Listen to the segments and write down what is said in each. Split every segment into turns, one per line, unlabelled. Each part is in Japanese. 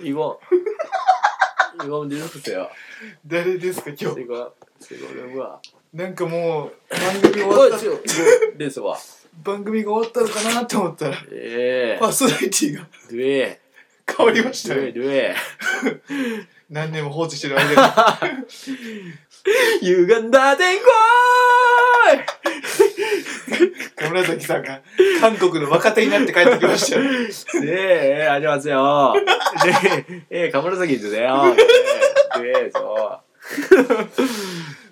이거 이거 내려주세요.
誰ですか今日
제가 제가 그런 거야.
なんかもう番組終わ
이거
っ た
지금 됐어 봐.
番組が終わったのかなと思ったら
예.
パーソナリティが
뇌.
変わりましたね
뇌. 뇌.
何年も放置してる 間
유간다 된걸
に村崎さんが韓国の若手になって帰ってきましたよ
네, 안녕하세요. 네, 예, 가물어서기 주세요. 네, 네, 저.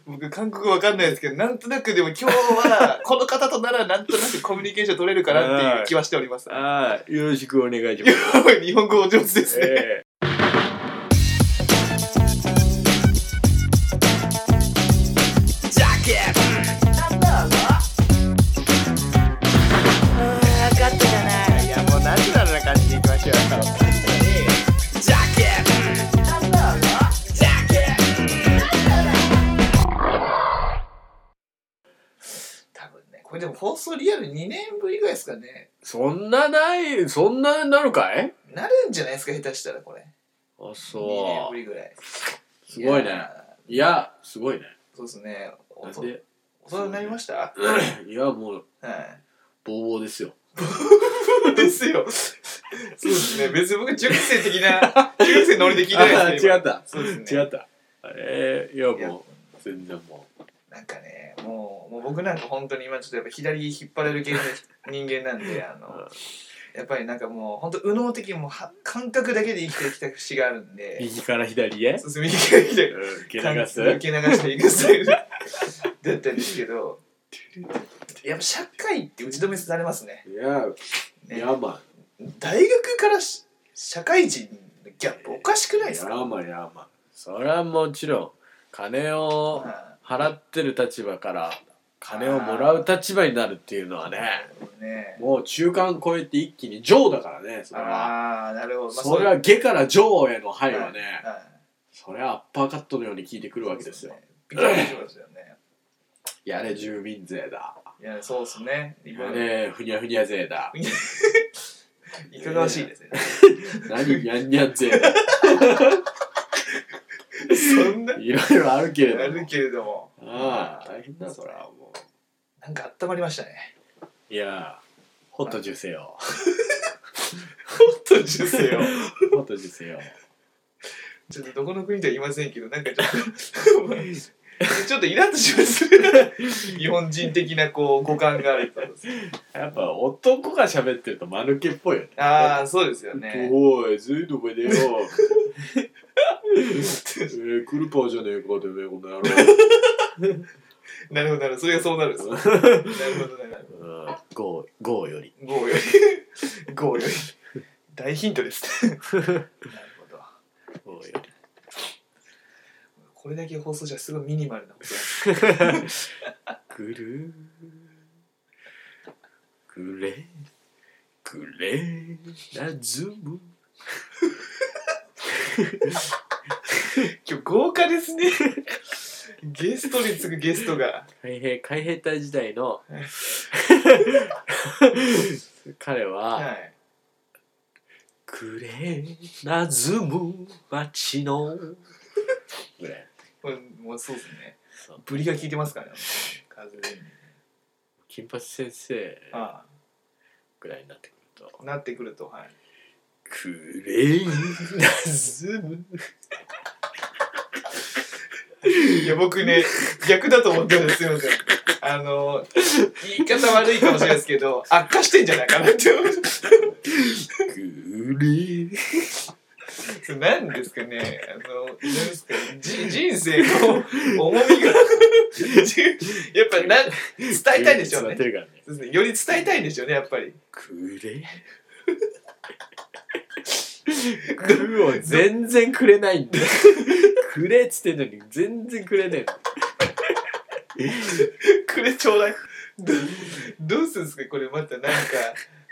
僕韓国わかんないですけどなんとなくでも今日 はこの方とならなんとなくコミュニケーション取れるかなっていう気はしております
아, 요로시쿠 오네가이시마스.
日本語お上手ですね
예.
ジャケット分かったじゃない
いやもうナチュラルな感じでいきましょ
ジ
う
ャケットジャケット
多分ねこれでも放送リアル2年ぶりぐらいですかね
そんなない、そんななるかい
なるんじゃないですか下手したらこれ
あ、
2年
そ。
ぶりぐらいう
すごいね
や。
いや、すごいね。
そうですねお
なん
と
で、
大人になりました
いや、もう、
は
ボーボーですよ。
い ですよそうですね別に僕中学生的な中学生のノリで聞いて
あ
ない です
違
ね
った。
今そうです
違
ね
った。えー、いや、
いや
もう、全然も
なんかねもうもう僕なんか本当に今ちょっとやっぱ左引っ張れる系の人間なんであ
うん
のやっぱりなんかもう本当右脳的にもうは感覚だけで生きてきた節があるん
う、
で
右から左へ、
そうです右から左
うん、蹴流す。
受け流していくスタイルだったんですけどやっぱ社会って打ち止めされますね
いや、
ね
ヤーマ
大学からし社会人のギャップおかしく
ン。
ないで
ヤ
すか
ーマン、ヤーマン。それはもちろん、金を払ってる立場から、金をもらう立場になるっていうのはね、
うんね
もう中間超えて一気に上だからね、それは。
ああなるほど、まあ
それは下から上への範囲はね、
はい
それはアッパーカットのように効いてくるわけですよ。
びっくりしますよね
やれ住民税だ。
いやそうですね今
やれふにゃふにゃ税だ。
いかがわしいですね
何にゃんにゃん税だ。
そんない
ろいろあるけれ
あ
ども
る。けれども
ああ、大変だ、それはも
なんか温まりましたね
う。いやー、ホット受精よ。
ちょっと受精を
ホット受精よ。
ちょっとどこの国とは言いませんけど、なんかちょっ と、ちょっとイラッとしますね。日本人的なこう、五感があると。
やっぱ男が喋ってると間抜けっぽいよね。
ああ、そうですよね。
おい、ずいとめで よ。えー、クルパーじゃねえか、てめえ、この野郎。
なるほど、なるほど。それがそうなるんですよ。なるほど、なるほ
うん、ゴー、ゴーより。
ど。ゴーより。ゴーより。大ヒント ですね。なるほど。
ゴーより。
これだけ放送じゃすごいミニマルなことです
ぐるーぐれぐれなずむ
今日豪華ですね。ゲストに次ぐゲストが。
海兵海兵隊時代の彼は
はい。
「ぐれなずむ街の」ぐらい
これもうそうですね
そう。
ブリが効いてますからね。完全に。
金八先生
あ
ぐらいになってくると
あ、なってくると、はい。
「くれなずむ
いや、僕ね、逆だと思ってるんですよ。すいませんあの、言い方悪いかもしれないですけど、悪化してんじゃないかなって思う。
ぐれ
それ何ですかね、あの、何ですか、じ人生の重み が、じやっぱな、伝えたいでしょう
座っ
ね
て。るからね
そうですねより伝えたいんでしょうね、やっぱり。
「く れ」くを全然くれないんだよ くれっつってんのに全然くれね
くれちょうだい。どどうするんですか、これまたなんか、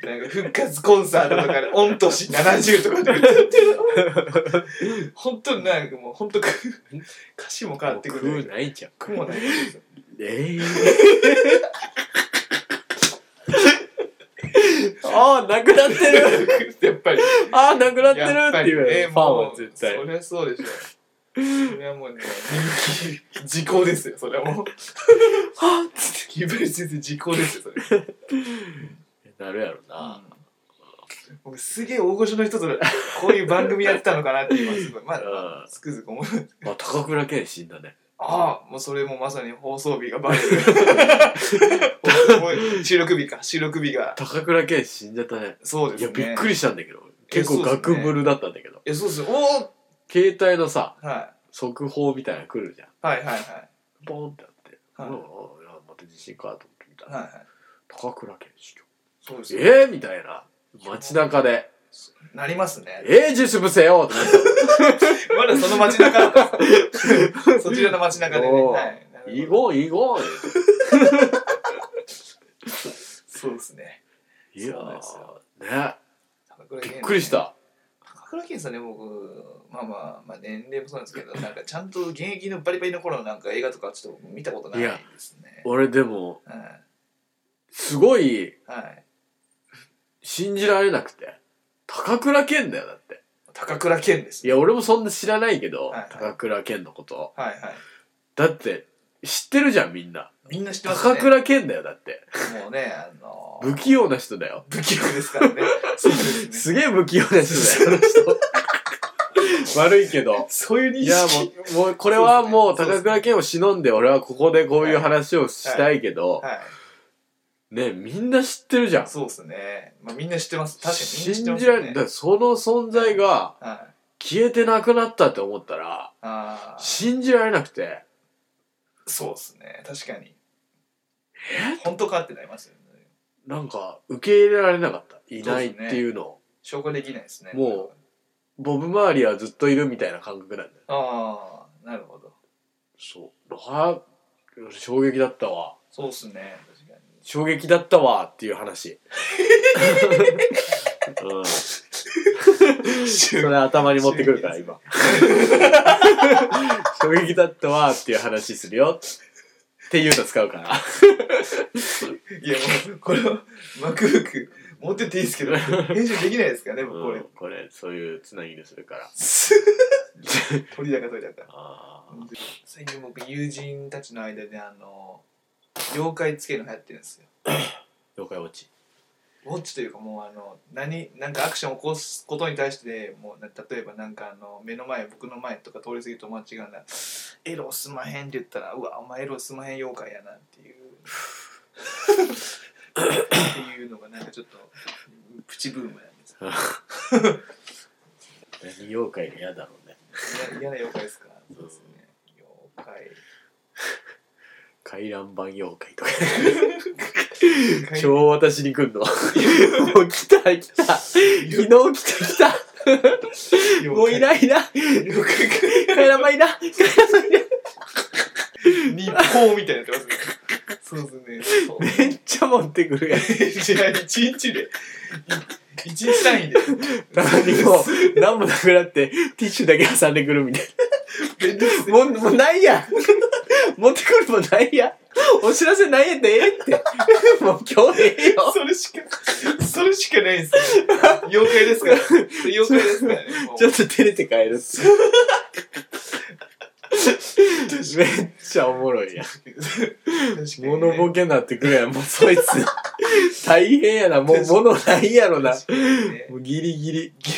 なんか復活コンサートとかで、御年70と かで歌ってる。
えの
本当になんかもう、本当く歌詞も変わってく
食う
る。
ないじゃん
くもない。
ええ ああなくなって る
やっぱり。
ああなくなってる
やっぱ
って
り
言われ
ね
るファン
も
は
う
絶対
そりゃそうでしょ。それはもうね、人気、時効ですよ、それはもう。はっつ って、ギブリ先生時効ですよ、それ。
なるやろな
僕すげえ大御所の人とこういう番組やってたのかなって今すごい、まあ、
あ
つくづく思う。
あ高倉健死んだね
ああ、もうそれもまさに放送日 がバレる。もう収録日か、収録日が。
高倉健死んじゃったね
そうで
い
す
や
ね。
びっく
り。
りしたんだけど結構
そうっすね
ガクブルだったんだけど
え、そうですよ。おー
携帯のさ
は
速報みたいなの来るじゃん
いはいはいはい。
ボンってあって「
はい
うんうんいやまた地震か」と思ってみたら
はいはい。
高倉健死去
そうですよ。
えー、みたいな街中で
なりま
「
すね。
えー、ジュースぶせよ!」ってなっ
まだその街中 だったんですねそちらの街中でね。
おー
はい。な
た
るほ
「
ど
いごいご」
そうですね。
いや
そうなんです
ー
よ
ね
高倉健
び
ね
っくりし。た
高倉健さんね、僕、まあまあ、まあ年齢もそうなんですけど、なんかちゃんと現役のバリバリの頃のなんか映画とかちょっと僕見たことないですね。
俺でも
はい。
すごい
はい。
信じられなくて高倉健だよだって
高倉健です。
いや俺もそんな知らないけど、
はいはい
高倉健のこと
はいはい。
だって知ってるじゃんみんな
みんな知ってますね。
高倉健だよだって
もうね、あのー、
不器用な人だよ
不器用ですからね。そうですね。
すげえ不器用な人だよ 悪いけど
そういう認
いや
識。
もうもうこれはもう高倉健を忍んで俺はここでこういう話をしたいけど、
はい。
ねみんな知ってるじゃん
そうですね。まあみんな知ってます。確かにみん
信
な知っ
じ
て
ら
ます
れ
よ
ない
ね。
だからその存在が
はい。
消えてなくなったって思ったら
ああ。
信じられなくて
そうですね確かに本当かってなりますよね
なんか受け入れられなかったいないっていうのを
証拠できないですね
もボブ・マーリーはずっといるみたいな感覚なんだよ
ああなるほど
そうあー衝撃だったわ
そうですね確かに
衝撃だったわっていう 話、うん、それ頭に持ってくるから今衝撃だったわっていう話するよっていうの使うから
いやもうこれは MacBook 持ってっていいですけど 編集できないですからね僕 こ
こ
れ
れこれそういうつなぎにするから
鳥だか鳥だか
あ
最近僕友人たちの間であの妖怪つけるの流行ってるんですよ
ー妖怪ウォッチ
ウォッチというかもうあの何なんかアクションを起こすことに対してもうな例えばなんかあの目の前僕の前とか通り過ぎる友達がな「エロすまへん」って言ったら「うわお前エロすまへん妖怪やな」っていうっていうのがなんかちょっとプチブームなんです
何妖怪が嫌だろうね
嫌嫌な妖怪ですかそうですね妖
回覧板妖怪とか今
怪
日私に来んのもう来た来た昨日来た来たもうい
い
ないいない
妖怪か
回覧板いない
日報みたいになってますねそうですね
めっちゃ持ってくるやん
違う一日で一日単位で
たまにもう何もなくなってティッシュだけ挟んでくるみたい
めんどくせえ
なもうもうないやん持ってくるもんないやんお知らせないやんでええってもう今日ええよ
それしかそれしかないんですよ妖怪ですから妖怪ですからねもう
ちょっと照れて帰るって めっちゃおもろいやん
確かにね
物ボケになってくるやんもうそいつ大変やなもう物ないやろな
確かにね
もうギリギリ
ギ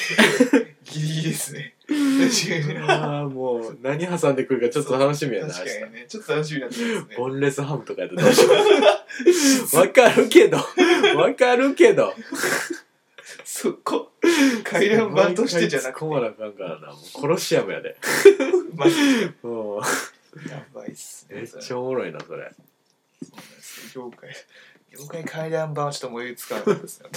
リギリですね確かにね
ああもう何挟んでくるかちょっと楽しみやな明
確
日
かにねちょっと楽しみになってきますね
ボンレスハムとかやったらどうしようわかるけど、わかるけど。
そこ回覧板としてじゃなくて
毎回突っ込まなあかんからな。もう殺しやむやで。
まあ
うん
やばいっす
め
ね
っ
それ
ちゃおもろいな、それ。
そうなんですよ妖怪妖怪回覧板はちょっと思いつかなかったですよ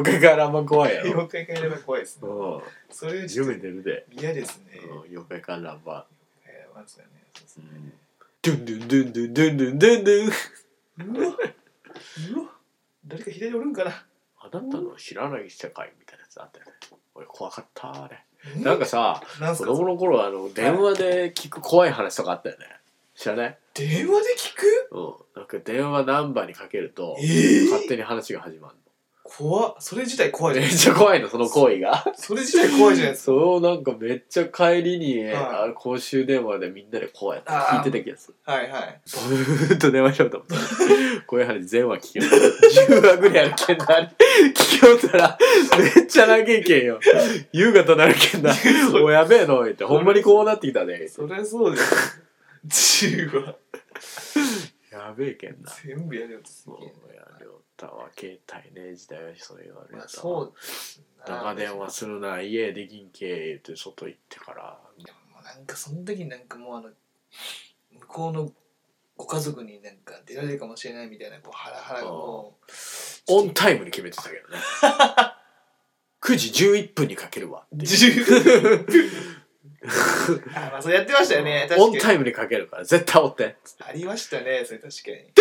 妖怪からあんま怖いや ろ。
妖怪回覧板怖いですね
うん
それちょっと
夢出るで。
嫌ですね
うん妖怪観覧板。
えーまずはねそうです
う
ね
んドゥンドゥンドゥンドゥンドゥンドゥンドゥンドゥン。
うわうわ誰か左おるんかな
あなたの知らない世界みたいなやつあったよね。俺怖かった、あれ。なんかさ、
なんす
子
か
供の頃あの、電話で聞く怖い話とかあったよね。知らない
電話で聞く
うん、く電話ナンバーにかけると
えー
勝手に話が始まる
怖っそれ自体怖いじゃ
め
な
っ
い
ちゃ怖いのその行為が
それ自体怖いじゃないですか
そうなんかめっちゃ帰りに、
はい
あ公衆電話でみんなでこうやって
あー
聞いてた気がする
はいはい
ずーっと電話しようと思ってこういう話全話聞けよ10話ぐらいあるけんな聞けよったらめっちゃ長いけんよ優雅となるけんなおうやべえのってほんまにこうなってきたね
そりゃそうですよ銃は
やべえけんな
全部やるよつ
そうやりょうたは携帯ね時代はそれ言われた
ま
わ
あそうだな
長電話するな家できんけ言って外行ってから
でもなんかその時になんかもうあの向こうのご家族になんか出られるかもしれないみたいなこうハラハラがもう
オンタイムに決めてたけどね 9時11分にかけるわっていう
銃 あまあそうやってましたよね
オ
確
ン
か
タ
に
イムにかけるから絶対おって
ありましたねそれ確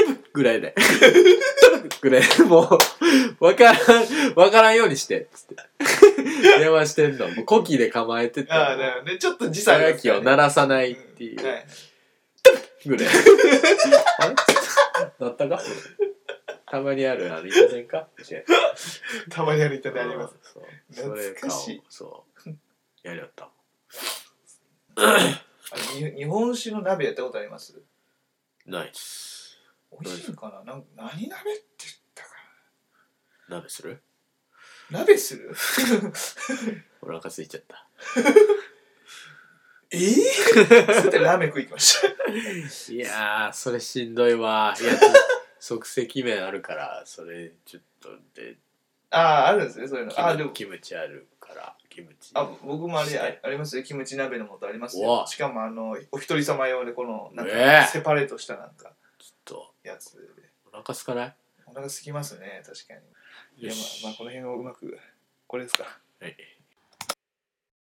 かに
ぐらいでぐらいでもうわからんわからんようにしてつって電話してんのもうコキで構えてて
ああだよねちょっと時差
打
ありま
楽
す
器
よ
を
ね
鳴らさないっていう、
はい
ぐらい。なったかたまにある、あの、いませんかみたいな。
たまにあるいただきます
そう。それ
懐
か
か
を
しい、
そう。やりよった。
あに日本酒の鍋やったことあります
ナイス。
美味しいかななん何鍋って言ったか
鍋する
な鍋する
お腹空いちゃった。
ええそれでラーメン食いに行きました
いやー、それしんどいわ。 いや、即席麺あるから、それ、ちょっとで、
あああるんですねそういうのあ
キ
で
ム
も
キムチあるから、キムチ。
あ僕もあれ
して
あありますよキムチ鍋の素あります
う
よ
わ
しかもあのお一人様用でこのなん
ね
か
え
セパレートしたなんか
ちょ
やつで
っと、お腹空かない
お腹すきますね確かにいやまあまあこの辺をうまくこれですか
はい。